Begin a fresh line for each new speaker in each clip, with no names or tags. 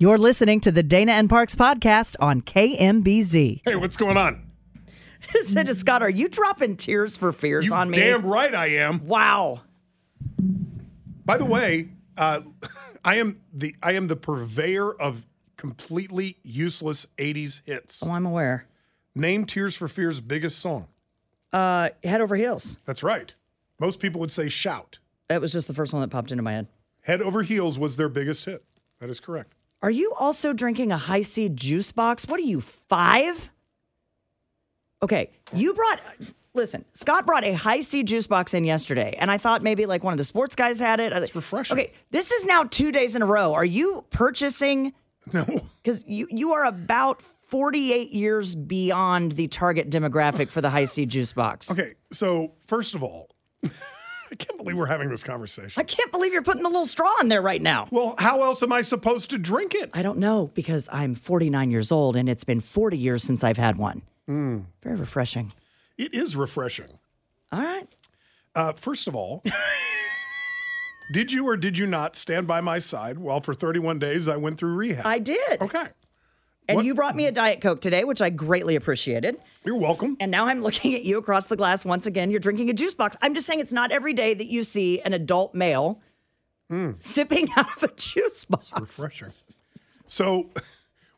You're listening to the Dana and Parks podcast on KMBZ.
Hey, what's going on?
I said to Scott, "Are you dropping tears for fears
You
on me?"
damn right I am.
wow.
By the way, uh, I am the I am the purveyor of completely useless '80s hits.
Oh, I'm aware.
Name Tears for Fears' biggest song.
Uh, head over heels.
That's right. Most people would say "Shout."
That was just the first one that popped into my head.
Head Over Heels was their biggest hit. That is correct.
Are you also drinking a high seed juice box? What are you, five? Okay, you brought, listen, Scott brought a high seed juice box in yesterday, and I thought maybe like one of the sports guys had it. It's
refreshing.
Okay, this is now two days in a row. Are you purchasing?
No,
Because you, you are about 48 years beyond the target demographic for the high seed juice box.
Okay, so first of all, I can't believe we're having this conversation.
I can't believe you're putting the little straw in there right now.
Well, how else am I supposed to drink it?
I don't know because I'm 49 years old and it's been 40 years since I've had one.
Hmm.
Very refreshing.
It is refreshing.
All right.
Uh, first of all, did you or did you not stand by my side while for 31 days I went through rehab?
I did.
okay,
and
what-
you brought me a Diet Coke today, which I greatly appreciated.
you're welcome.
And now I'm looking at you across the glass once again. You're drinking a juice box. I'm just saying it's not every day that you see an adult male
Hmm.
sipping out of a juice box.
refreshing. So,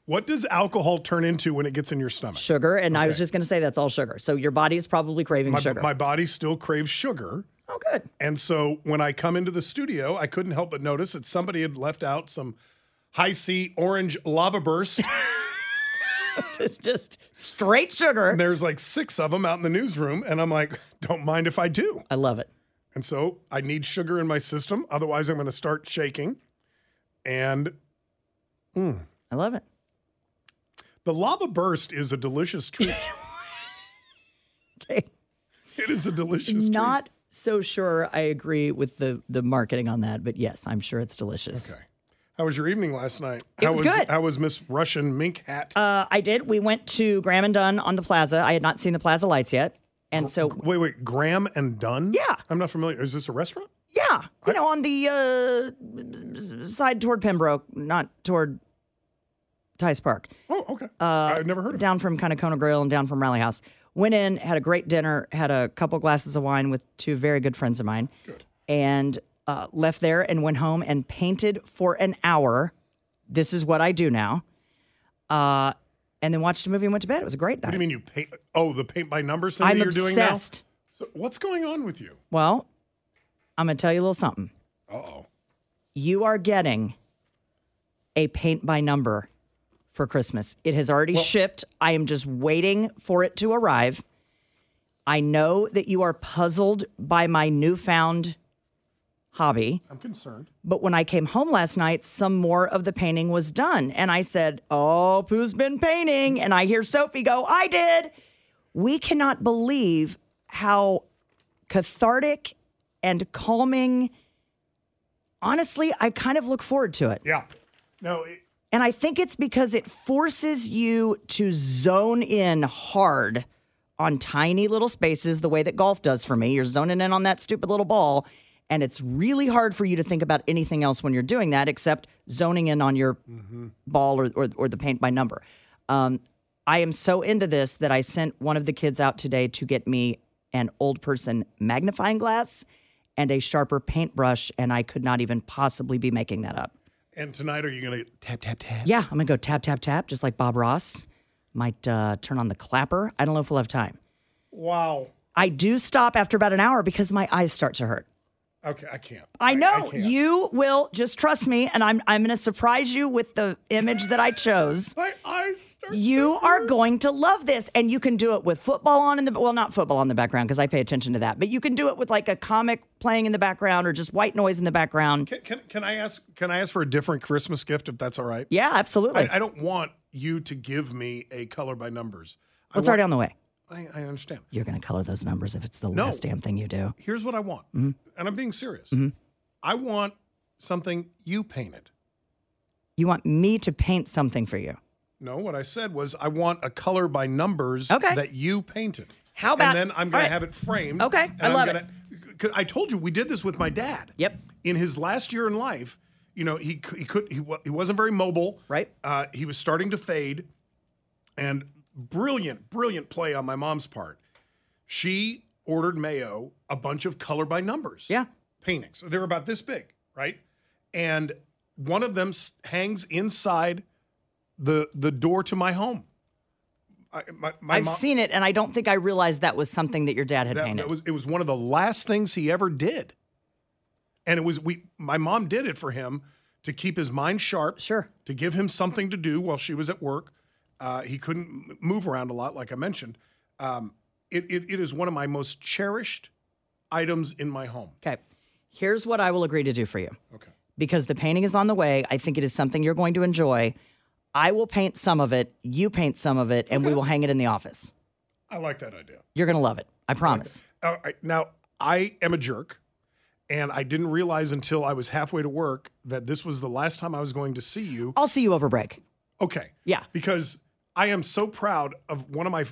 what does alcohol turn into when it gets in your stomach?
Sugar. And I was just going to say that's all sugar. So your body is probably craving
My,
sugar.
my body still craves sugar.
oh, good.
And so when I come into the studio, I couldn't help but notice that somebody had left out some high C orange lava burst.
It's just straight sugar.
and there's like six of them out in the newsroom. And I'm like, don't mind if I do.
I love it.
And so I need sugar in my system. Otherwise, I'm going to start shaking. And
I love it.
the lava burst is a delicious treat.
Okay.
it is a delicious
Not so sure I agree with the the marketing on that, but yes, I'm sure it's delicious.
treat. Okay. How was your evening last night?
It
how
was good.
How was Miss Russian Mink Hat?
Uh, I did. We went to Graham and Dunn on the plaza. I had not seen the plaza lights yet. And so,
wait, wait. Graham and Dunn?
Yeah.
I'm not familiar. Is this a restaurant?
yeah, you know, on the uh, side toward Pembroke, not toward Tice Park,
Oh, okay. Uh, I've never heard of it.
down from kind of Kona Grill and down from Rally House. Went in, had a great dinner, had a couple glasses of wine with two very good friends of mine, and uh, left there and went home and painted for an hour. This is what I do now. Uh, and then watched a movie and went to bed. It was a great
What do
night.
you mean you paint? Oh, the paint by numbers thing
I'm
that you're doing now.
obsessed.
So what's going on with you?
Well, I'm going to tell you a little something.
Uh oh.
You are getting a paint by number for Christmas. It has already shipped. I am just waiting for it to arrive. I know that you are puzzled by my newfound hobby,
I'm concerned.
but when I came home last night, some more of the painting was done. And I said, Oh, Pooh's been painting. And I hear Sophie go, I did. We cannot believe how cathartic and calming. Honestly, I kind of look forward to it.
Yeah. No. It,
And I think it's because it forces you to zone in hard on tiny little spaces the way that golf does for me. You're zoning in on that stupid little ball. And it's really hard for you to think about anything else when you're doing that except zoning in on your ball or, or, or the paint by number. Um, I am so into this that I sent one of the kids out today to get me an old person magnifying glass and a sharper paintbrush. And I could not even possibly be making that up.
And tonight, are you going to tap tap tap?
Yeah, I'm gonna go tap tap tap, just like Bob Ross. Might uh, turn on the clapper. I don't know if we'll have time.
Wow.
I do stop after about an hour because my eyes start to hurt.
Okay, I can't.
I know
can't.
you will just trust me, and I'm I'm gonna surprise you with the image that I chose.
My eyes start.
You are going to love this, and you can do it with football on in the well, not football on the background because I pay attention to that, but you can do it with like a comic playing in the background or just white noise in the background.
Can, can, can I ask? Can I ask for a different Christmas gift if that's all right?
Yeah, absolutely.
I, I don't want you to give me a color by numbers. I
What's
want-
already on the way?
I, I understand.
You're gonna color those numbers if it's the
No.
last damn thing you do.
Here's what I want,
Mm-hmm.
and I'm being serious. I want something you painted.
You want me to paint something for you.
No, what I said was I want a color by numbers
Okay.
that you painted.
How about-
And then I'm
all
going
right.
to have it framed.
Okay,
and
I
I'm
love
gonna, it. I told you we did this with my dad.
Yep.
In his last year in life, you know, he c- he could he, wa- he wasn't very mobile.
Right.
Uh, he was starting to fade, and brilliant, brilliant play on my mom's part. She ordered Mayo a bunch of color by numbers
Yeah.
paintings. They're about this big, right? And one of them s- hangs inside the the door to my home. I, my, my
I've
mom-
seen it, and I don't think I realized that was something that your dad had
that,
painted.
that was it was one of the last things he ever did, and it was we. My mom did it for him to keep his mind sharp,
Sure.
to give him something to do while she was at work. Uh, he couldn't m- move around a lot, like I mentioned. Um, it, it it is one of my most cherished items in my home.
okay. Here's what I will agree to do for you.
Okay.
Because the painting is on the way. I think it is something you're going to enjoy. I will paint some of it, you paint some of it, and we will hang it in the office.
I like that idea.
You're going to love it. I promise.
All right, now I am a jerk, and I didn't realize until I was halfway to work that this was the last time I was going to see you.
I'll see you over break.
Okay,
Yeah.
because I am so proud of one of my.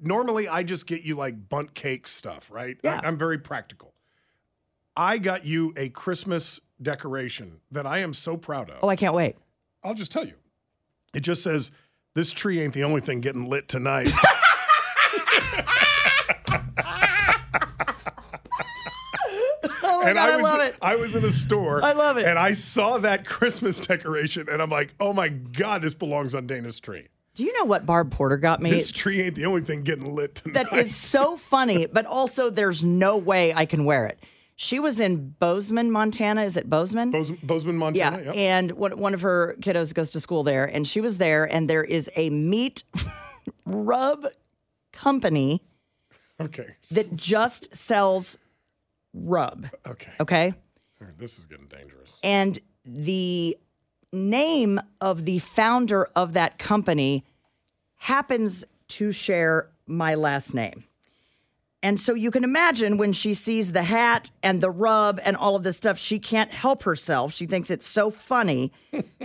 Normally, I just get you like bunt cake stuff, right? I-
Yeah.
I'm very practical. I got you a Christmas decoration that I am so proud of.
Oh, I can't wait.
I'll just tell you. It just says, This tree ain't the only thing getting lit tonight.
Oh my
and
God,
I
I,
was uh,
love it.
I was in a store.
I love it.
And I saw that Christmas decoration, and I'm like, oh my god, this belongs on Dana's tree.
Do you know what Barb Porter got me?
This tree ain't the only thing getting lit tonight.
that is so funny, but also there's no way I can wear it. She was in Bozeman, Montana. Is it Bozeman?
Bose- Bozeman,
Yeah.
Montana. yep.
And one, one of her kiddos goes to school there, and she was there, and there is a meat rub company
Okay.
that just sells rub.
Okay.
Okay.
All right, This is getting dangerous.
And the name of the founder of that company happens to share my last name. And so you can imagine when she sees the hat and the rub and all of this stuff, she can't help herself. She thinks it's so funny.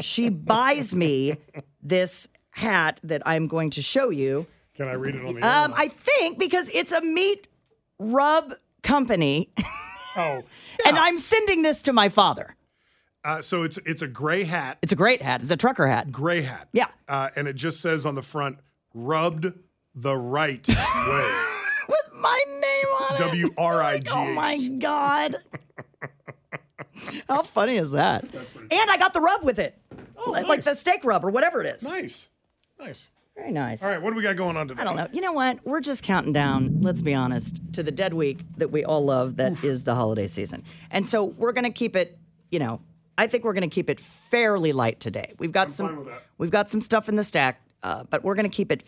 She buys me this hat that I'm going to show you.
Can I read it on the air?
Um, I think because it's a meat rub company,
Oh.
and I'm sending this to my father.
Uh, so it's it's a gray hat.
It's a great hat. It's a trucker hat.
Gray hat.
Yeah.
Uh, and it just says on the front, rubbed the right way.
with my name on it.
W R I
Like,
G.
oh my god! How funny is that? And I got the rub with it, Oh, like, like
nice.
the steak rub or whatever it is.
Nice. Nice.
Very nice.
All right, what do we got going on today?
I don't know. You know what? We're just counting down, let's be honest, to the dead week that we all love that is the holiday season. And so we're going to keep it, you know, I think we're going to keep it fairly light today. We've got some
fine with that.
we've got some stuff in the stack, uh, but we're going to keep it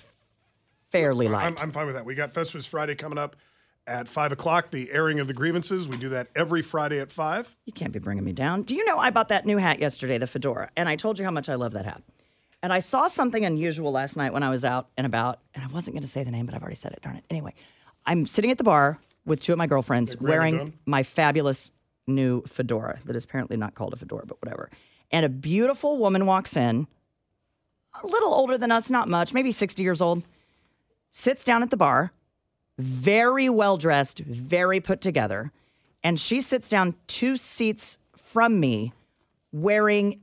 fairly light.
I'm, I'm fine with that. We got Festivus Friday coming up at five o'clock. The airing of the grievances. We do that every Friday at five.
You can't be bringing me down. Do you know I bought that new hat yesterday, the fedora, and I told you how much I love that hat. And I saw something unusual last night when I was out and about, and I wasn't going to say the name, but I've already said it. Darn it. Anyway, I'm sitting at the bar with two of my girlfriends wearing
done?
my fabulous new fedora that is apparently not called a fedora, but whatever. And a beautiful woman walks in, a little older than us, not much, maybe 60 years old, sits down at the bar, very well dressed, very put together. And she sits down two seats from me wearing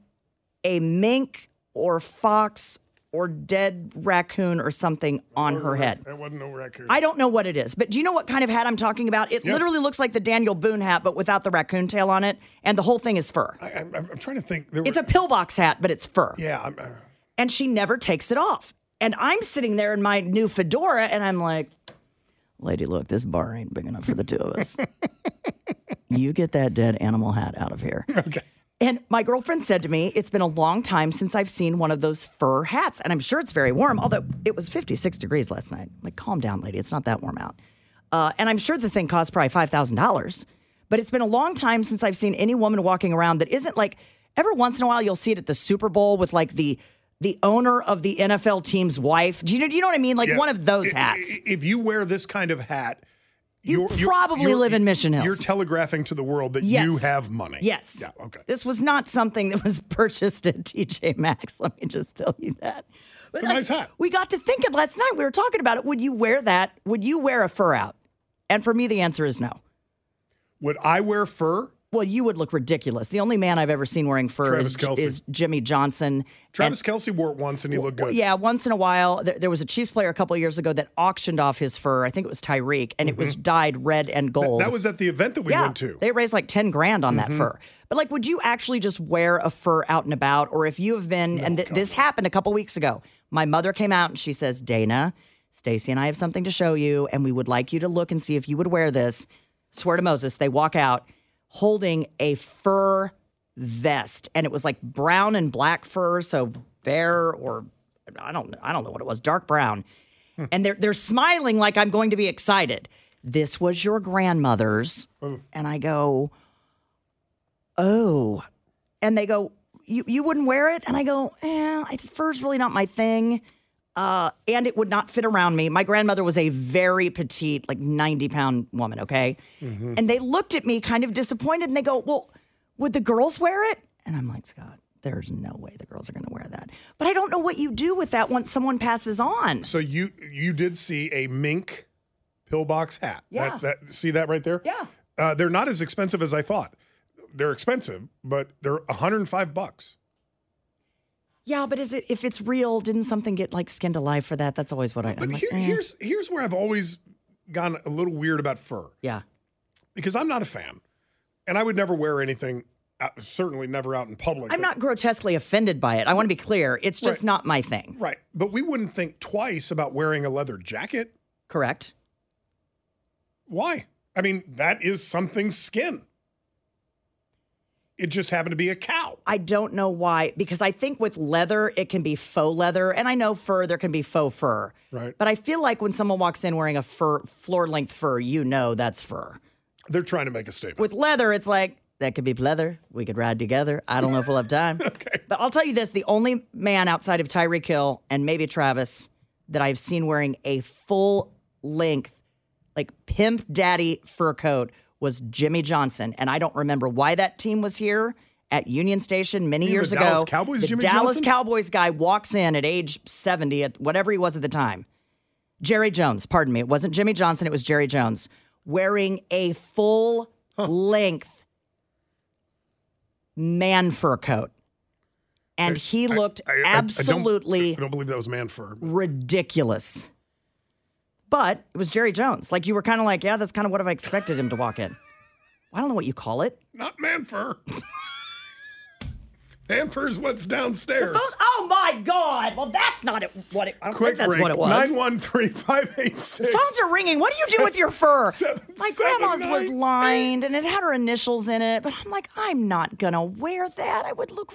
a mink or fox or dead raccoon or something on her head.
That wasn't no record.
I don't know what it is, but do you know what kind of hat I'm talking about? It literally looks like the Daniel Boone hat, but without the raccoon tail on it, and the whole thing is fur.
I, am I'm trying to think. There were,
It's a pillbox hat, but it's fur.
yeah. I'm, uh,
And she never takes it off. And I'm sitting there in my new fedora, and I'm like, lady, look, this bar ain't big enough for the two of us. you get that dead animal hat out of here.
okay.
And my girlfriend said to me, It's been a long time since I've seen one of those fur hats. And I'm sure it's very warm, although it was 56 degrees last night. I'm like, calm down, lady. It's not that warm out. Uh, and I'm sure the thing cost probably $5,000. But it's been a long time since I've seen any woman walking around that isn't like, every once in a while, you'll see it at the Super Bowl with like the the owner of the NFL team's wife. Do you know, do you know what I mean? Like
Yeah.
one of those
I-
hats.
i- If you wear this kind of hat,
You probably live in Mission
You're
Hills.
telegraphing to the world that you
Yes.
have money.
Yes.
Yeah. Okay.
This was not something that was purchased at TJ Maxx. Let me just tell you that. But
It's a nice hat.
We got to thinking last night. We were talking about it. Would you wear that? Would you wear a fur out? And for me, the answer is no.
Would I wear fur?
Well, you would look ridiculous. The only man I've ever seen wearing fur
Travis
is,
Kelce.
is Jimmy Johnson.
Travis Kelsey wore it once and he looked good.
Yeah, once in a while, there, there was a Chiefs player a couple of years ago that auctioned off his fur. I think it was Tyreek, and it was dyed red and gold.
Mm-hmm. That was at the event that we
yeah,
went to.
They raised like 10 grand on that fur. But like, would you actually just wear a fur out and about? Or if you have been, and th- this happened a couple weeks ago, my mother came out and she says, Dana, Stacy and I have something to show you, and we would like you to look and see if you would wear this. Swear to Moses, they walk out holding a fur vest, and it was like brown and black fur, so bear or I don't I don't know what it was, dark brown and they're they're smiling like I'm going to be excited. This was your grandmother's, and I go, oh, and they go, you you wouldn't wear it, and I go, eh, it's fur's really not my thing, uh, and it would not fit around me. My grandmother was a very petite, like ninety pound woman, okay,
Mm-hmm.
and they looked at me kind of disappointed, and they go, well, would the girls wear it? And I'm like, Scott. There's no way the girls are going to wear that. But I don't know what you do with that once someone passes on.
So you you did see a mink pillbox hat.
Yeah.
That, that, see that right there?
Yeah.
Uh, they're not as expensive as I thought. They're expensive, but they're 105 bucks.
Yeah, but is it if it's real? Didn't something get like skinned alive for that? That's always what I.
But
I'm like,
here,
eh.
here's here's where I've always gone a little weird about fur
yeah,
because I'm not a fan, and I would never wear anything. Uh, certainly never out in public.
I'm
that-
not grotesquely offended by it. I want to be clear. It's just
Right.
not my thing.
Right, but we wouldn't think twice about wearing a leather jacket.
Correct.
Why? I mean, that is something skin. It just happened to be a cow.
I don't know why because I think with leather it can be faux leather, and I know fur there can be faux fur.
Right.
But I feel like when someone walks in wearing a fur floor length fur, you know that's fur.
They're trying to make a statement.
With leather, it's like that could be leather. We could ride together. I don't know if we'll have time. okay. But I'll tell you this: the only man outside of Tyreek Hill and maybe Travis that I've seen wearing a full length, like pimp daddy fur coat was Jimmy Johnson, and I don't remember why that team was here at Union Station many
mean
years
the
ago.
Dallas Cowboys,
the
Jimmy
Dallas
Johnson?
Cowboys guy walks in at age seventy, at whatever he was at the time. Jerry Jones, pardon me. It wasn't Jimmy Johnson, it was Jerry Jones, wearing a full length man fur coat. And he
I-
looked
I- I- I don't- I
absolutely
don't, believe that was man fur.
ridiculous. But it was Jerry Jones. Like you were kind of like, yeah, that's kind of what I expected him to walk in. I don't know what you call it.
Not man fur. man fur is what's downstairs.
Oh my God. Well, that's not it, what it, I don't
Quick
think that's
break.
what it was.
913 586.
Phones are ringing. What do you do with your fur?
Seven,
My
seven,
grandma's was
nine,
lined and it had her initials in it, but I'm like, I'm not gonna wear that. I would look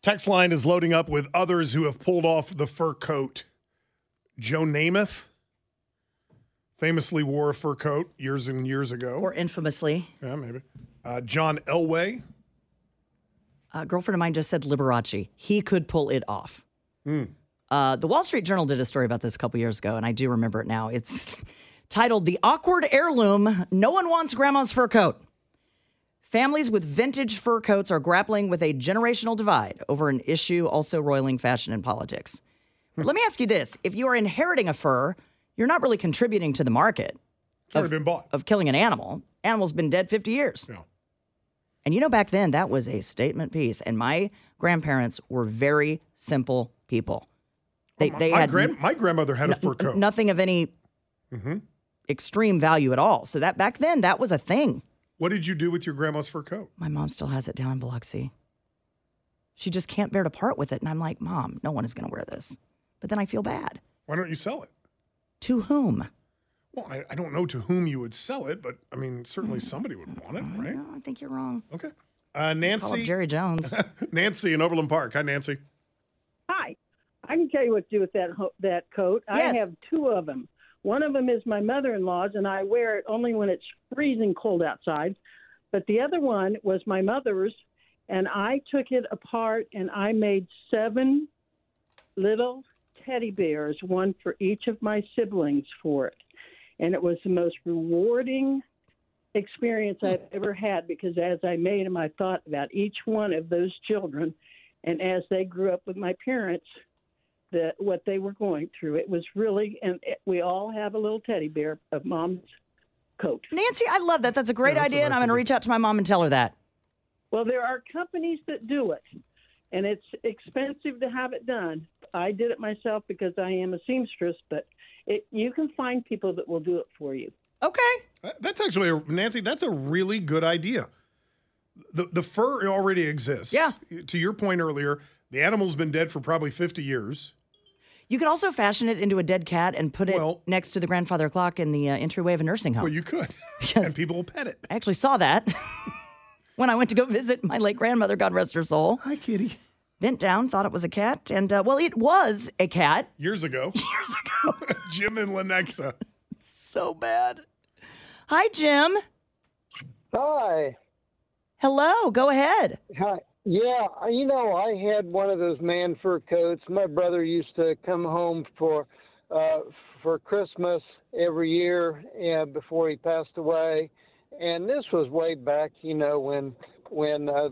Text line is loading up with others who have pulled off the fur coat. Joe Namath famously wore a fur coat years and years ago.
Or infamously,
yeah, maybe. Uh, John Elway.
a girlfriend of mine just said Liberace. He could pull it off. Uh, the Wall Street Journal did a story about this a couple years ago, and I do remember it now. It's titled The Awkward Heirloom No One Wants Grandma's Fur Coat. Families with vintage fur coats are grappling with a generational divide over an issue also roiling fashion and politics. But let me ask you this if you are inheriting a fur, you're not really contributing to the market
It's already been bought.
of killing an animal. Animal's been dead 50 years.
Yeah.
And you know, back then, that was a statement piece. And my grandparents were very simple people. They, they
Oh, my,
had
gran- my grandmother had a fur coat. Mm-hmm.
nothing of any extreme value at all. So that back then, that was a thing.
What did you do with your grandma's fur coat?
My mom still has it down in Biloxi. She just can't bear to part with it. And I'm like, Mom, no one is going to wear this. But then I feel bad.
Why don't you sell it?
To whom?
Well, I, I don't know to whom you would sell it, but I mean, certainly somebody would want it, right?
No, Oh, I think you're wrong.
Okay.
Mm-hmm.
Uh,
Call up
Nancy,
Jerry Jones.
Nancy in Overland Park. Hi, Nancy.
Hi. I can tell you what to do with that ho- that coat.
Yes.
I have two of them. One of them is my mother-in-law's, and I wear it only when it's freezing cold outside. But the other one was my mother's, and I took it apart and I made seven little teddy bears, one for each of my siblings for it. And it was the most rewarding experience I've ever had because as I made them, I thought about each one of those children. And as they grew up with my parents, that what they were going through. It was really, and it, we all have a little teddy bear of mom's coat.
Nancy, I love that. That's a great
Yeah, that's a
idea. and
nice
I'm going to
idea.
reach out to my mom and tell her that.
Well, there are companies that do it, and it's expensive to have it done. I did it myself because I am a seamstress, but it, you can find people that will do it for you.
Okay.
That- That's actually a, Nancy. That's a really good idea. The the fur already exists.
Yeah.
To your point earlier, the animal's been dead for probably fifty years.
You could also fashion it into a dead cat and put it
Well-
next to the grandfather clock in the uh, entryway of a nursing home.
Well, you could, and people will pet it.
I actually saw that when I went to go visit my late grandmother, God rest her soul.
Hi, kitty.
Bent down, thought it was a cat, and uh, well, it was a cat.
Years ago,
Years ago,
Jim and Lenexa.
so bad. Hi, Jim.
Hi.
Hello. Go ahead.
Hi. Yeah, you know, I had one of those man fur coats. My brother used to come home for uh, for Christmas every year and before he passed away. And this was way back, you know, when when uh,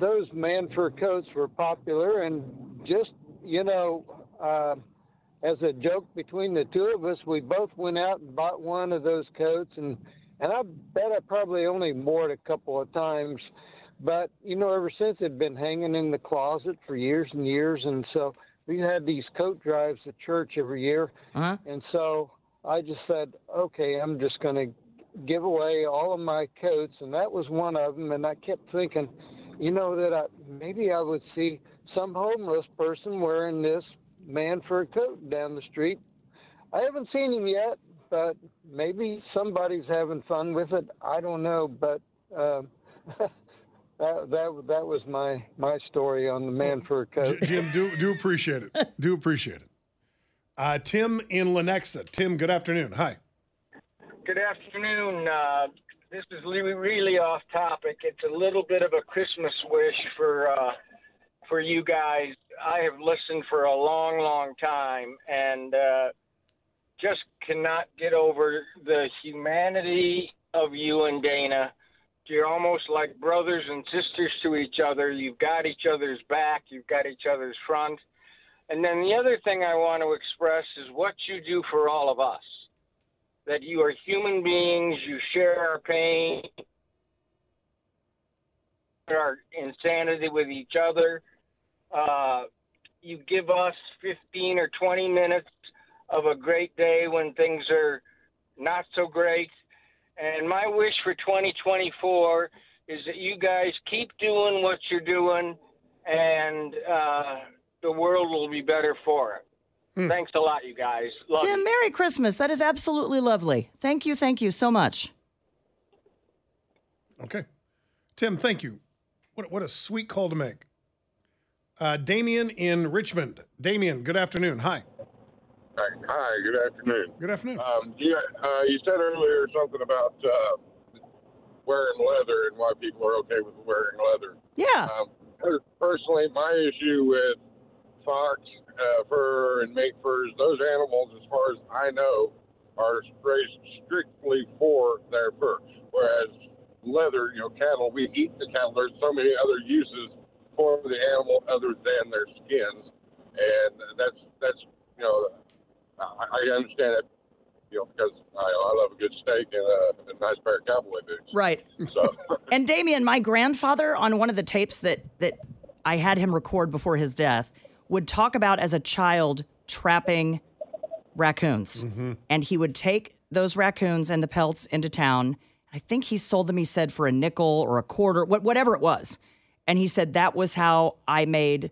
those man fur coats were popular and just, you know, uh, as a joke between the two of us, we both went out and bought one of those coats, and and I bet I probably only wore it a couple of times, but you know, ever since it'd been hanging in the closet for years and years, and so we had these coat drives at church every year, and so I just said, okay, I'm just going to give away all of my coats, and that was one of them, and I kept thinking, you know, that I maybe I would see some homeless person wearing this man fur coat down the street. I haven't seen him yet, but maybe somebody's having fun with it. I don't know, but um, that that that was my my story on the man fur coat.
Jim, do do appreciate it. Do appreciate it. Uh, Tim in Lenexa. Tim, good afternoon. Hi.
Good afternoon. Uh, this is really, really off topic. It's a little bit of a Christmas wish for uh, for you guys. I have listened for a long, long time and uh, just cannot get over the humanity of you and Dana
you're almost like brothers and sisters to each other. You've got each other's back, you've got each other's front. And then the other thing I want to express is what you do for all of us. That you are human beings, you share our pain, our insanity with each other. Uh, you give us 15 or 20 minutes of a great day when things are not so great. And my wish for 2024 is that you guys keep doing what you're doing, and uh, the world will be better for it. Thanks a lot, you guys. Love
Tim,
you.
Merry Christmas. That is absolutely lovely. Thank you. Thank you so much.
Okay. Tim, thank you. What, what a sweet call to make. Uh, Damien in Richmond. Damien, good afternoon. Hi.
Hi, good afternoon.
Good afternoon.
Um, you, uh, you said earlier something about uh, wearing leather and why people are okay with wearing leather.
Yeah.
Uh,
Um, per- personally, my issue with fox uh, fur and mink furs, those animals, as far as I know, are raised strictly for their fur. Whereas leather, you know, cattle, we eat the cattle. There's so many other uses for the animal other than their skins, and that's that's you know, I, I understand that. You know, because I, I love a good steak and a, a nice pair of cowboy boots.
Right. and Damien, my grandfather, on one of the tapes that that I had him record before his death, would talk about as a child trapping raccoons, and he would take those raccoons and the pelts into town. I think he sold them. He said for a nickel or a quarter, what whatever it was, and he said that was how I made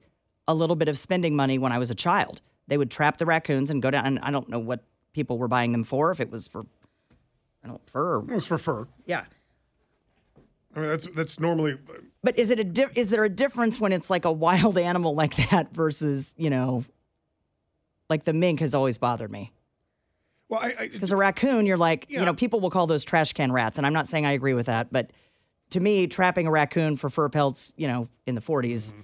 a little bit of spending money when I was a child. They would trap the raccoons and go down. And I don't know what people were buying them for. If it was for, I don't fur. It
was for fur.
Yeah.
I mean, that's that's normally
But is it a di- is there a difference when it's like a wild animal like that versus you know, like the mink has always bothered me
well. I, I
because a raccoon you're like you know people will call those trash can rats and I'm not saying I agree with that but to me trapping a raccoon for fur pelts you know in the 40s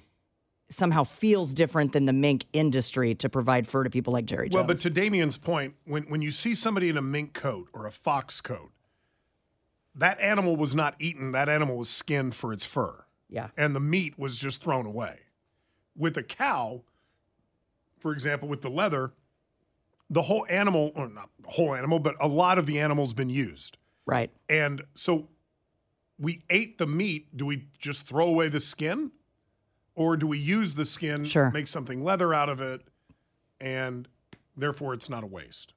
somehow feels different than the mink industry to provide fur to people like Jerry Jones.
Well, but to Damien's point, when, when you see somebody in a mink coat or a fox coat, that animal was not eaten. That animal was skinned for its fur.
Yeah.
And the meat was just thrown away. With a cow, for example, with the leather, the whole animal, or not the whole animal, but a lot of the animal's been used.
Right.
And so we ate the meat. Do we just throw away the skin? Or do we use the skin,
Sure.
make something leather out of it, and therefore it's not a waste?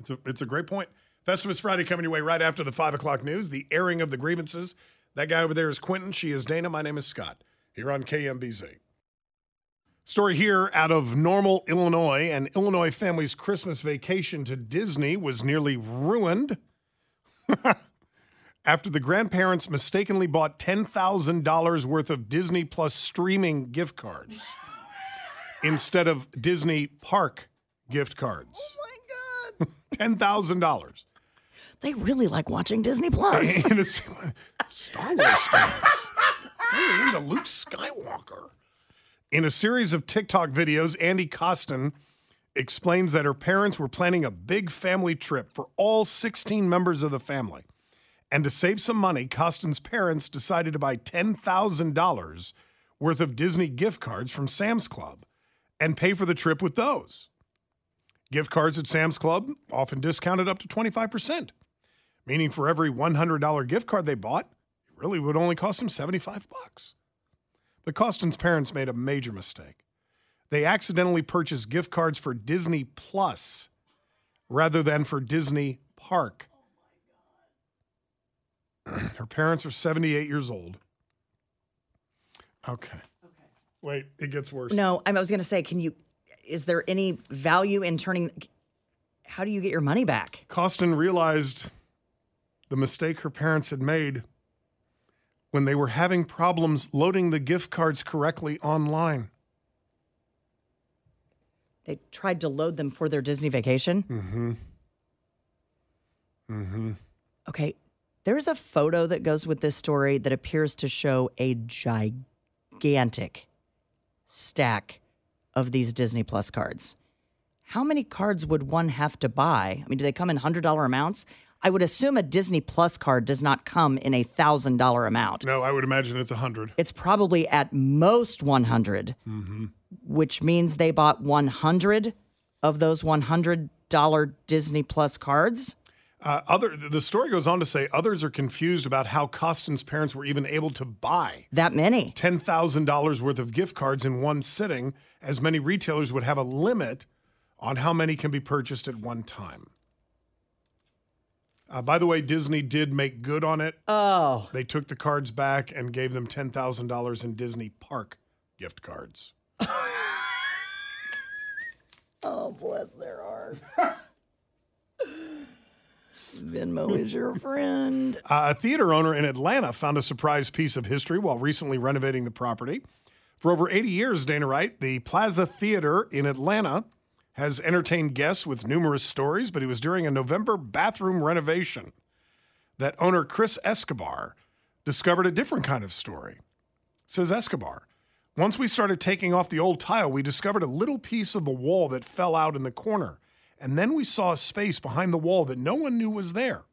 It's a, it's a great point. Festivus Friday coming your way right after the 5 o'clock news, the airing of the grievances. That guy over there is Quentin. She is Dana. My name is Scott here on KMBZ. Story here out of Normal, Illinois. An Illinois family's Christmas vacation to Disney was nearly ruined after the grandparents mistakenly bought $10,000 worth of Disney Plus streaming gift cards instead of Disney Park gift cards. Oh my God. $10,000.
They really like watching Disney Plus.
And it's Star Wars fans. They're into Luke Skywalker. In a series of TikTok videos, Andy Costin explains that her parents were planning a big family trip for all 16 members of the family. And to save some money, Costin's parents decided to buy $10,000 worth of Disney gift cards from Sam's Club and pay for the trip with those. Gift cards at Sam's Club often discounted up to 25%, meaning for every $100 gift card they bought, it really would only cost them 75 bucks. But Costin's parents made a major mistake. They accidentally purchased gift cards for Disney Plus rather than for Disney Park. Her parents are 78 years old. Okay. Wait, it gets worse.
No, I was going to say, can you? Is there any value in turning? How do you get your money back?
Costin realized the mistake her parents had made when they were having problems loading the gift cards correctly online.
They tried to load them for their Disney vacation.
Mm-hmm. Mm-hmm.
Okay, there's a photo that goes with this story that appears to show a gigantic stack of these Disney Plus cards. How many cards would one have to buy? I mean, do they come in $100 amounts? I would assume a Disney Plus card does not come in a thousand dollar amount.
No, I would imagine it's a hundred.
It's probably at most one hundred,
Mm-hmm.
which means they bought one hundred of those one hundred dollar Disney Plus cards.
Uh, other, the story goes on to say others are confused about how Costin's parents were even able to buy
that many
ten thousand dollars worth of gift cards in one sitting, as many retailers would have a limit on how many can be purchased at one time. Uh, by the way, Disney did make good on it.
Oh,
they took the cards back and gave them ten thousand dollars in Disney Park gift cards.
Oh, bless their hearts. Venmo is your friend.
Uh, a theater owner in Atlanta found a surprise piece of history while recently renovating the property. For over 80 years, Dana Wright, the Plaza Theater in Atlanta has entertained guests with numerous stories, but it was during a November bathroom renovation that owner Chris Escobar discovered a different kind of story. Says Escobar, once we started taking off the old tile, we discovered a little piece of the wall that fell out in the corner, and then we saw a space behind the wall that no one knew was there.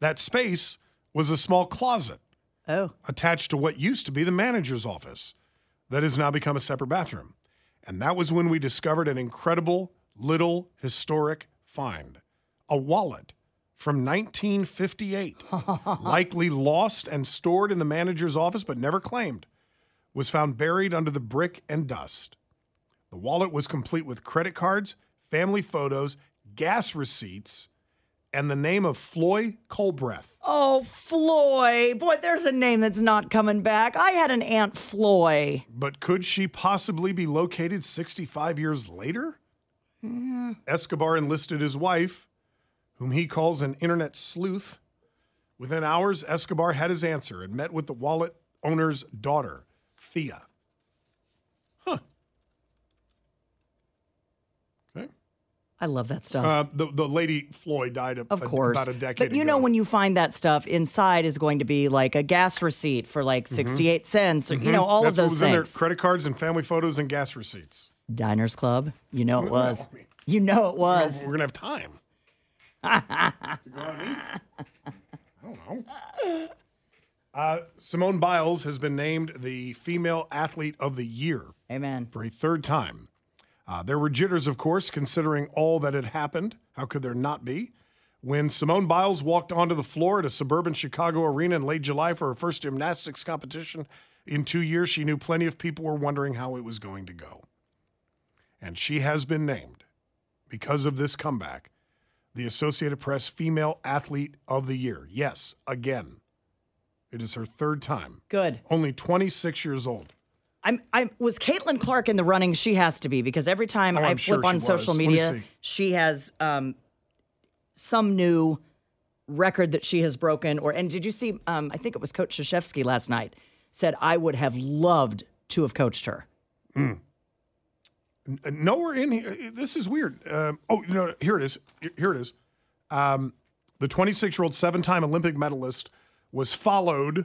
That space was a small closet.
Oh.
Attached to what used to be the manager's office that has now become a separate bathroom. And that was when we discovered an incredible little historic find a wallet from 1958, likely lost and stored in the manager's office but never claimed, was found buried under the brick and dust. The wallet was complete with credit cards, family photos, gas receipts, and the name of Floyd Colbreth.
Oh, Floy. Boy, there's a name that's not coming back. I had an Aunt Floy.
But could she possibly be located 65 years later?
Yeah.
Escobar enlisted his wife, whom he calls an internet sleuth. Within hours, Escobar had his answer and met with the wallet owner's daughter, Thea.
I love that stuff.
Uh, the, the lady Floyd died a,
of
a-
course.
about a decade
but you
ago.
know, when you find that stuff, inside is going to be like a gas receipt for like
Mhm.
68 cents, or, you know,
Mhm.
all
That's
of
what
those
was in there,
things.
credit cards and family photos and gas receipts.
Diners Club, you know it
Well,
was.
I mean,
You know it was.
We're going to have time. Uh, Simone Biles has been named the female athlete of the year.
Amen.
For a third time. Uh, there were jitters, of course, considering all that had happened. How could there not be? When Simone Biles walked onto the floor at a suburban Chicago arena in late July for her first gymnastics competition in two years, she knew plenty of people were wondering how it was going to go. And she has been named, because of this comeback, the Associated Press Female Athlete of the Year. Yes, again. It is her third time.
Good.
Only 26 years old.
I'm I was Caitlin Clark in the running. She has to be because every time
Oh,
I
I'm
flip
sure she
on
was.
social
Let me
media,
see.
she has um, some new record that she has broken. Or and did you see? Um, I think it was Coach Shashevsky last night said I would have loved to have coached her.
Mm. N- Nowhere in here. This is weird. Um, oh, you know, here it is. Here- Here it is. Um, the 26 year old seven time Olympic medalist was followed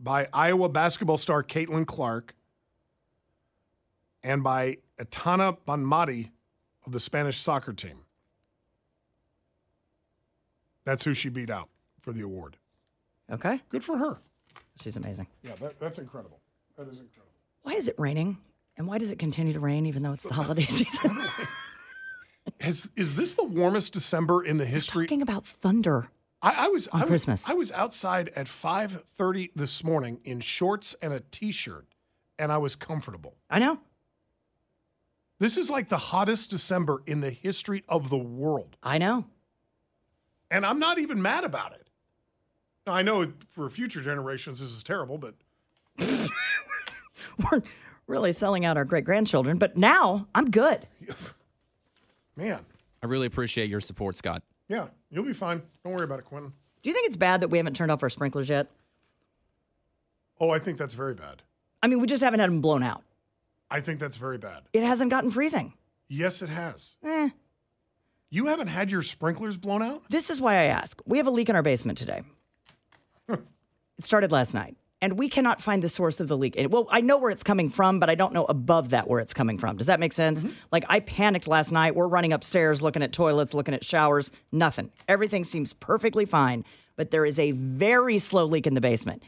by Iowa basketball star Caitlin Clark and by Etana Bonmati of the Spanish soccer team. That's who she beat out for the award.
Okay,
good for her.
She's amazing.
Yeah, that, that's incredible. That is incredible.
Why is it raining? And why does it continue to rain even though it's the holiday season?
Has, is this the warmest December in the history?
Talking about thunder.
I, I was
On
I was-
Christmas.
I was outside at five thirty this morning in shorts and a t-shirt, and I was comfortable.
I know.
This is like the hottest December in the history of the world.
I know.
And I'm not even mad about it. Now, I know for future generations this is terrible, but
We're really selling out our great grandchildren, but now I'm good.
man,
I really appreciate your support, Scott.
yeah, you'll be fine. Don't worry about it, Quentin.
Do you think it's bad that we haven't turned off our sprinklers yet?
Oh, I think that's very bad.
I mean, we just haven't had them blown out.
I think that's very bad.
It hasn't gotten freezing.
Yes, it has.
Eh.
You haven't had your sprinklers blown out?
This is why I ask. We have a leak in our basement today. it started last night. and we cannot find the source of the leak. And- Well, I know where it's coming from, but I don't know above that where it's coming from. Does that make sense? Like I panicked last night. We're running upstairs looking at toilets, looking at showers, nothing. Everything seems perfectly fine, but there is a very slow leak in the basement.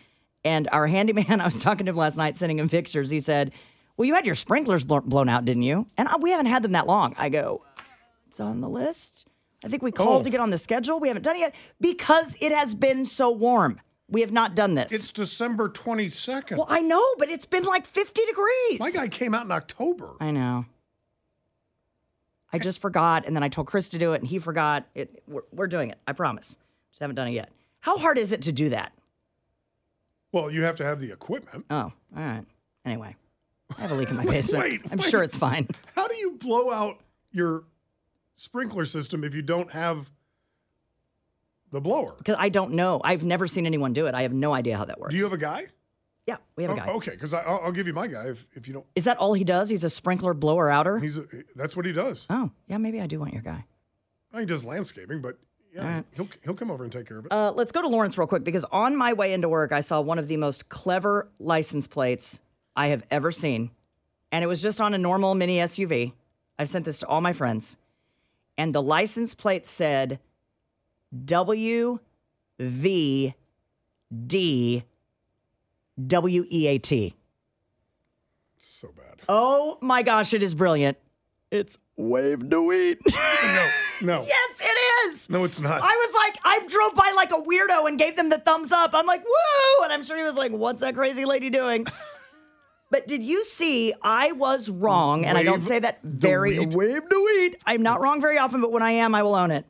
And our handyman, I was talking to him last night, sending him pictures. He said, "Well, you had your sprinklers bl- blown out, didn't you?" And I, we haven't had them that long. I go, "It's on the list. I think we called
Oh.
to get on the schedule. We haven't done it yet because it has been so warm. We have not done this."
It's December 22nd.
well, I know, but it's been like 50 degrees.
My guy came out in October.
I know. I just forgot, and then I told Chris to do it, and he forgot. It. We're, we're doing it. I promise. Just haven't done it yet. How hard is it to do that?
Well, you have to have the equipment.
Oh, all right. Anyway, I have a leak in my basement.
Wait,
I'm
wait.
sure it's fine.
How do you blow out your sprinkler system if you don't have the blower?
Because I don't know. I've never seen anyone do it. I have no idea how that works.
Do you have a guy?
Yeah, we have a
Oh,
guy.
Okay, because I'll, I'll give you my guy if, if you don't.
Is that all he does? He's a sprinkler blower outer?
He's a, that's what he does.
oh, yeah, maybe I do want your guy.
He does landscaping, but yeah,
All right.
he'll he'll come over and take care of it.
Uh, let's go to Lawrence real quick because on my way into work, I saw one of the most clever license plates I have ever seen. And it was just on a normal mini SUV. I've sent this to all my friends. And the license plate said W V D W E A T.
so bad.
Oh my gosh, it is brilliant. It's wave to wheat.
no, no,
Yes, it is.
no, it's not.
I was like, I drove by like a weirdo and gave them the thumbs up. I'm like, woo! And I'm sure he was like, what's that crazy lady doing? But did you see? I was wrong, and I don't
Wave
say that
the
very
wheat.
wave to wheat. I'm not wrong very often, but when I am, I will own it.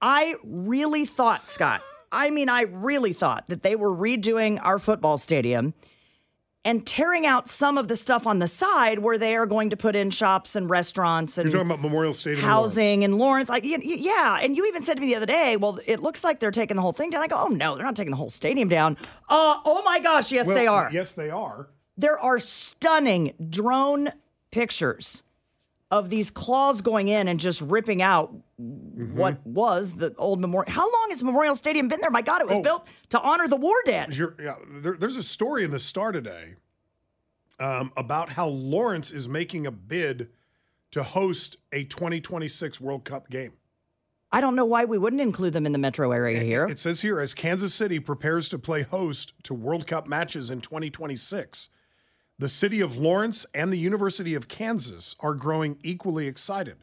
I really thought, Scott. I mean, I really thought that they were redoing our football stadium and tearing out some of the stuff on the side where they are going to put in shops and restaurants and
You're talking about Memorial Stadium
housing in Lawrence. I, y- y- yeah, and you even said to me the other day, "Well, it looks like they're taking the whole thing down." I go, "Oh no, they're not taking the whole stadium down." Uh, oh my gosh, yes,
Well,
they are.
Yes, they are.
There are stunning drone pictures of these claws going in and just ripping out
Mm-hmm.
what was the old memorial. How long has Memorial Stadium been there? My God, it was
Oh.
built to honor the war dead.
You're, yeah, there, there's a story in the Star today um, about how Lawrence is making a bid to host a 2026 World Cup game.
I don't know why we wouldn't include them in the metro area here.
It says here as Kansas City prepares to play host to World Cup matches in 2026, the city of Lawrence and the University of Kansas are growing equally excited.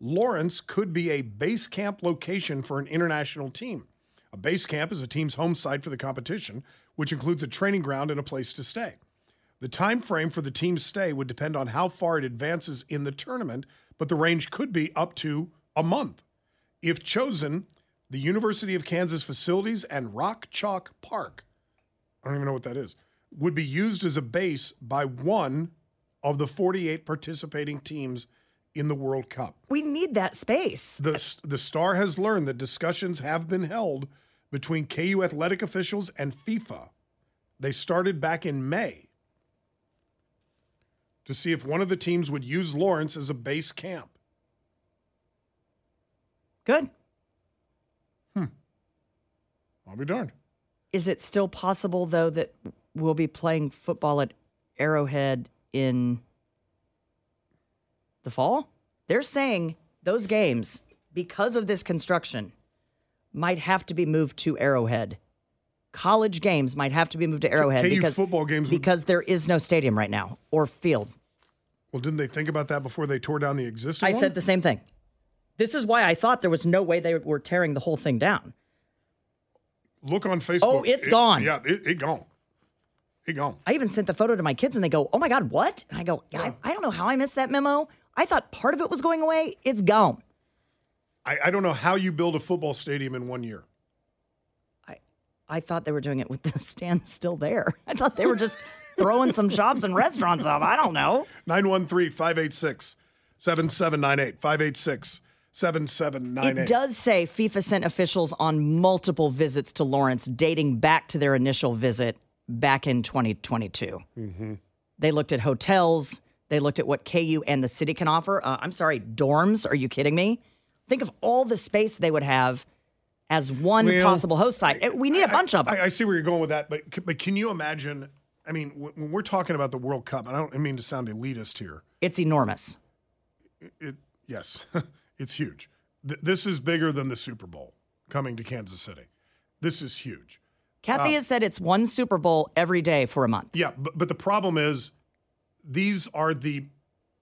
Lawrence could be a base camp location for an international team. A base camp is a team's home site for the competition, which includes a training ground and a place to stay. The time frame for the team's stay would depend on how far it advances in the tournament, but the range could be up to a month. If chosen, the University of Kansas facilities and Rock Chalk Park, I don't even know what that is, would be used as a base by one of the 48 participating teams in the World Cup.
we need that space.
The, the Star has learned that discussions have been held between KU athletic officials and FIFA. They started back in May to see if one of the teams would use Lawrence as a base camp.
Good.
I'll be darned.
Is it still possible though that we'll be playing football at Arrowhead in the fall? They're saying those games because of this construction might have to be moved to Arrowhead. College games might have to be moved to Arrowhead
KU
because
football games would-
because there is no stadium right now or field.
Well, didn't they think about that before they tore down the existing
I
one?
said the same thing. This is why I thought there was no way they were tearing the whole thing down.
Look on Facebook.
Oh, it's
It-
gone.
Yeah, it, it gone. It gone.
I even sent the photo to my kids and they go, Oh my God, what? And I go, yeah, I, I don't know how I missed that memo. I thought part of it was going away. It's gone.
I, I don't know how you build a football stadium in one year.
I thought they were doing it with the stand still there. I thought they were just throwing some shops and restaurants up. I don't know.
913 586 7798. 586 7798.
It does say FIFA sent officials on multiple visits to Lawrence dating back to their initial visit back in 2022.
Mm-hmm.
They looked at hotels. They looked at what KU and the city can offer. Uh, I'm sorry, dorms. Are you kidding me? Think of all the space they would have as one
Well,
possible host site. Uh, we need a bunch of them.
I, I see where you're going with that, but c- but can you imagine? I mean, w- when we're talking about the World Cup, and I don't mean to sound elitist here.
It's enormous.
It, it- yes, it's huge. Th- this is bigger than the Super Bowl coming to Kansas City. This is huge.
Kathy
Uh,
has said it's one Super Bowl every day for a month.
Yeah, but, but the problem is these are the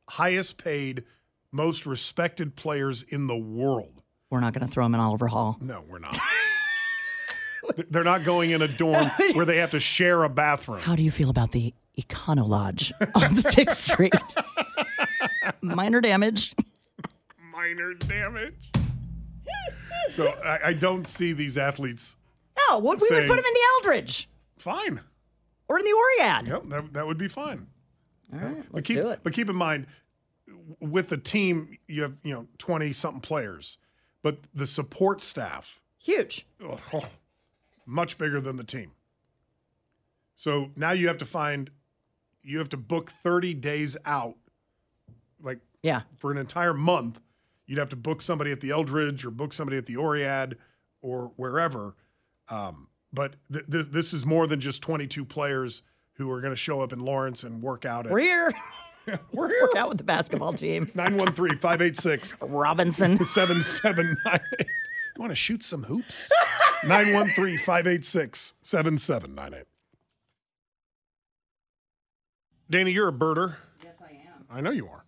highest paid, most respected players in the world.
We're not going to throw him in Oliver Hall.
No, we're not. Th- They're not going in a dorm where they have to share a bathroom.
How do you feel about the Econo Lodge on the Sixth Street? Minor damage.
Minor damage. So I, I don't see these athletes.
No, what, we would
Saying-
put him in the Eldridge
Fine.
or in the Oread.
Yep, that, that would be fine.
All right,
But
let's
keep,
do it.
but keep in mind, w- with the team, you have you know twenty something players, but the support staff
huge,
much bigger than the team. So now you have to find, you have to book thirty days out, like
yeah,
for an entire month. You'd have to book somebody at the Eldridge or book somebody at the Oread or wherever. Um, but th- th- this is more than just twenty two players who are going to show up in Lawrence and work out. At,
We're here.
we're here.
out with the basketball team.
913 586
Robinson
7798. You want to shoot some hoops? 913 586 7798. Danny, you're a birder. Yes, I am. I know you are.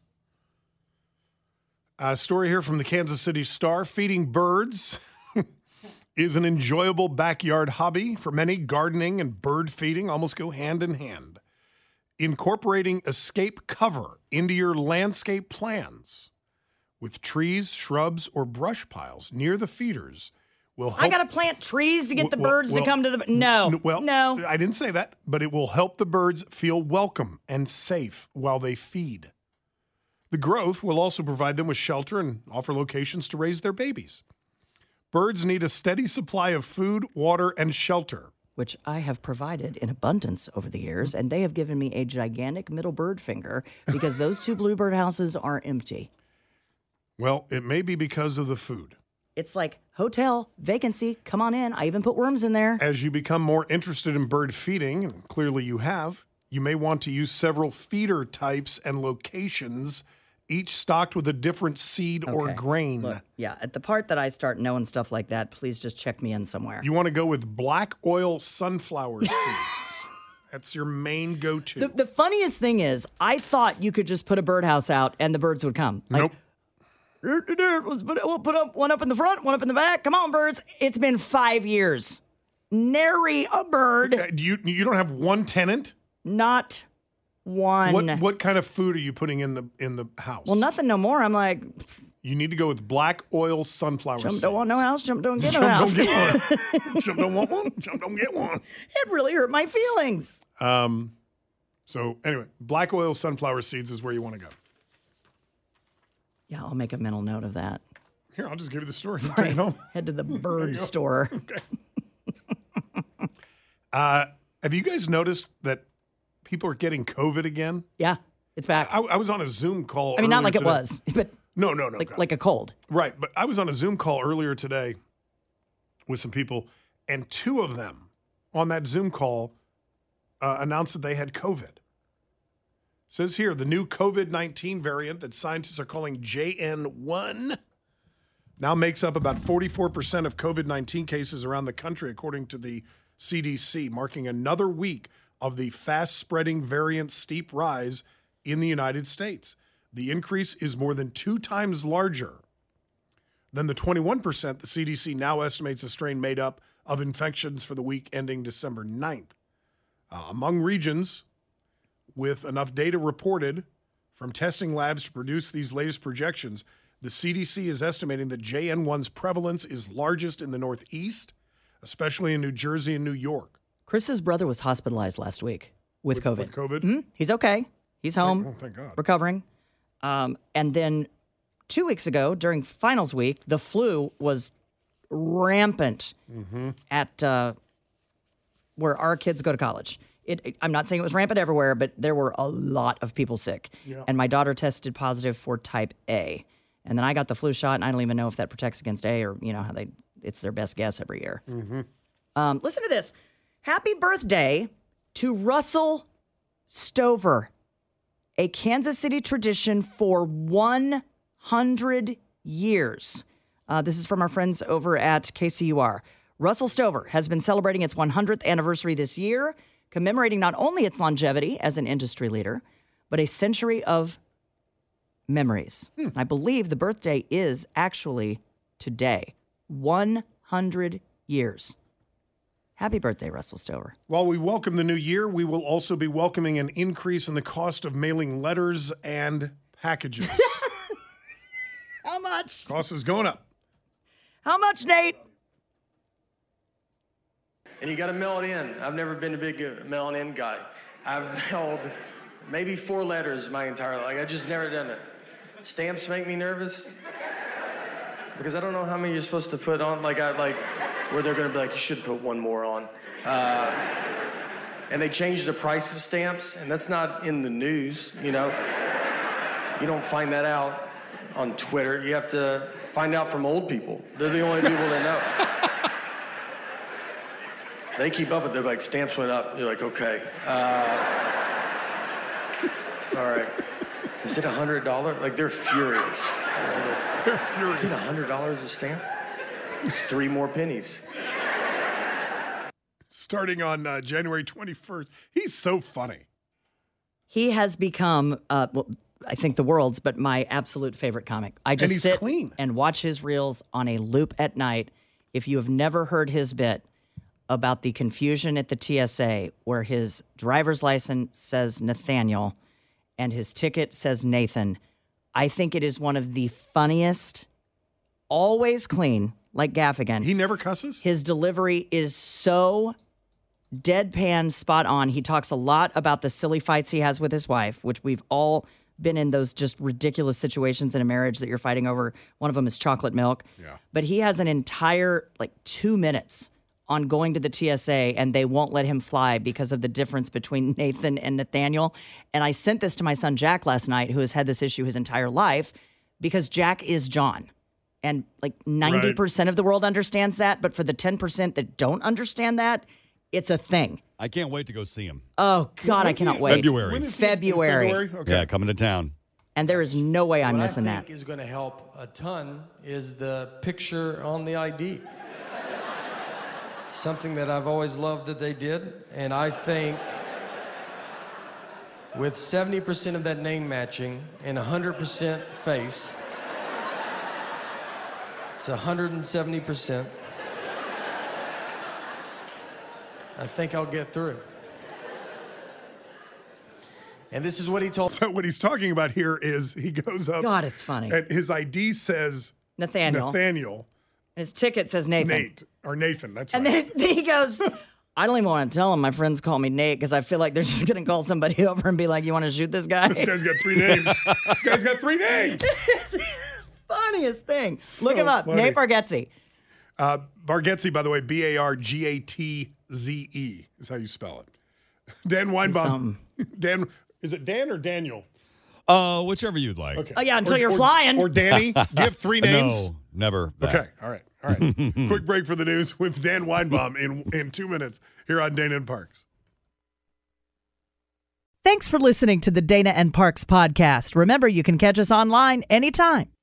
A story here from the Kansas City Star feeding birds is an enjoyable backyard hobby. For many, gardening and bird feeding almost go hand in hand. Incorporating escape cover into your landscape plans with trees, shrubs, or brush piles near the feeders will help.
I got to plant trees to get the
Well,
birds
well,
to come to the. No,
n- well, uh,
no.
I didn't say that, but it will help the birds feel welcome and safe while they feed. The growth will also provide them with shelter and offer locations to raise their babies. Birds need a steady supply of food, water, and shelter.
which I have provided in abundance over the years, and they have given me a gigantic middle bird finger because those two bluebird houses are empty.
Well, it may be because of the food.
It's like hotel vacancy. Come on in. I even put worms in there.
As you become more interested in bird feeding, and clearly you have, you may want to use several feeder types and locations, each stocked with a different seed or
Okay.
grain.
Look, yeah, at the part that I start knowing stuff like that, please just check me in somewhere.
You want to go with black oil sunflower seeds. That's your main go to.
the, the funniest thing is, I thought you could just put a birdhouse out and the birds would come. Like,
nope.
"Dur, dur, dur, Let's put, we'll put up one up in the front, one up in the back. Come on, birds. It's been five years. Nary a bird.
Uh, Do you you don't have one tenant?
Not one.
What what kind of food are you putting in the in the house?
Well, nothing no more. I'm like,
you need to go with black oil sunflower
Jump
seeds.
don't want no house. Jump don't get no
Jump
house.
don't get one. Jump don't want one. Jump don't get one.
it really hurt my feelings.
Um, so anyway, black oil sunflower seeds is where you want to go.
Yeah, I'll make a mental note of that.
Here, I'll just give you the story. Take it home.
Head to the bird store.
Uh, have you guys noticed that people are getting COVID again?
Yeah, it's back.
I, I was on a Zoom call.
I mean, not
earlier
like it
today.
was, but
No, no, no.
like
God.
like a cold.
Right, but I was on a Zoom call earlier today with some people, and two of them on that Zoom call uh, announced that they had COVID. says here the new COVID 19 variant that scientists are calling JN1 now makes up about 44% of COVID 19 cases around the country, according to the CDC, marking another week of the fast spreading variant's steep rise in the United States. The increase is more than two times larger than the 21% the CDC now estimates a strain made up of infections for the week ending December 9th. Uh, among regions with enough data reported from testing labs to produce these latest projections, the CDC is estimating that JN1's prevalence is largest in the Northeast, especially in New Jersey and New York.
Chris's brother was hospitalized last week with, COVID.
With COVID?
Mhm. He's okay. He's home.
Oh, thank God.
recovering. Um, and then two weeks ago, during finals week, the flu was rampant
Mm-hmm.
at uh, where our kids go to college. It, it- I'm not saying it was rampant everywhere, but there were a lot of people sick.
Yeah.
And my daughter tested positive for type A. And then I got the flu shot, and I don't even know if that protects against A or, you know, how they it's their best guess every year.
Mm-hmm.
Um, listen to this. Happy birthday to Russell Stover, a Kansas City tradition for 100 years. Uh, this is from our friends over at KCUR. Russell Stover has been celebrating its 100th anniversary this year, commemorating not only its longevity as an industry leader, but a century of memories. And I believe the birthday is actually today 100 years. Happy birthday, Russell Stover.
While we welcome the new year, we will also be welcoming an increase in the cost of mailing letters and packages.
How much?
cost is going up.
How much, Nate?
and you got to mail it in. I've never been a big uh, mailing in guy. I've mailed maybe four letters my entire life. I just never done it. Stamps make me nervous because I don't know how many you're supposed to put on. Like I like where they're gonna be like you should put one more on. Uh, and they changed the price of stamps, and that's not in the news. You know, you don't find that out on Twitter. You have to find out from old people. They're the only people that know they keep up with it. Like stamps went up. You're like, okay. Uh, all right. Is it a hundred dollar? Like they're furious. They're furious. Is it a hundred dollars a stamp? It's three more pennies.
Starting on uh, January 21st. He's so funny.
He has become, uh, well, I think the world's, but my absolute favorite comic. I just
he's
sit and watch his reels on a loop at night. If you have never heard his bit about the confusion at the TSA, where his driver's license says Nathaniel and his ticket says Nathan, I think it is one of the funniest, always clean, like Gaffigan. He
never cusses.
His delivery is so deadpan spot on. He talks a lot about the silly fights he has with his wife, which we've all been in those just ridiculous situations in a marriage that you're fighting over. One of them is chocolate milk.
Yeah.
But he has an entire like 2 minutes on going to the TSA and they won't let him fly because of the difference between Nathan and Nathaniel. And I sent this to my son Jack last night who has had this issue his entire life because Jack is John. And like 90% of the world understands that, but for the 10% that don't understand that, it's a thing.
I can't wait to go see him.
Oh God, I cannot wait.
February. When is he-
February.
Yeah, coming to town.
And there is no way I'm
what
missing
I
that.
think is going to help a ton is the picture on the ID. Something that I've always loved that they did, and I think with 70% of that name matching and 100% face, it's 170%. I think I'll get through. And this is what he told.
So what he's talking about here is he goes up.
God, it's funny.
And his ID says
Nathaniel.
Nathaniel.
And his ticket says Nathan.
Nate or Nathan. That's
And
right.
then, then he goes, I don't even want to tell him my friends call me Nate because I feel like they're just going to call somebody over and be like, you want to shoot this guy?
This guy's got three names. this guy's got three names.
Funniest thing. Look him up. Nate Bargatze.
Uh, Bargetze, by the way, B A R G A T Z E is how you spell it. Dan Weinbaum. Dan, is it Dan or Daniel?
Uh, whichever you'd like.
Okay.
Oh, yeah, until
Or-
you're
or-
flying.
Or Danny. Do you have three names?
No, never. that.
Okay. All right. All right. Quick break for the news with Dan Weinbaum in, in two minutes here on Dana and Parks.
Thanks for listening to the Dana and Parks podcast. Remember, you can catch us online anytime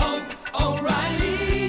oh, oh, O'Reilly.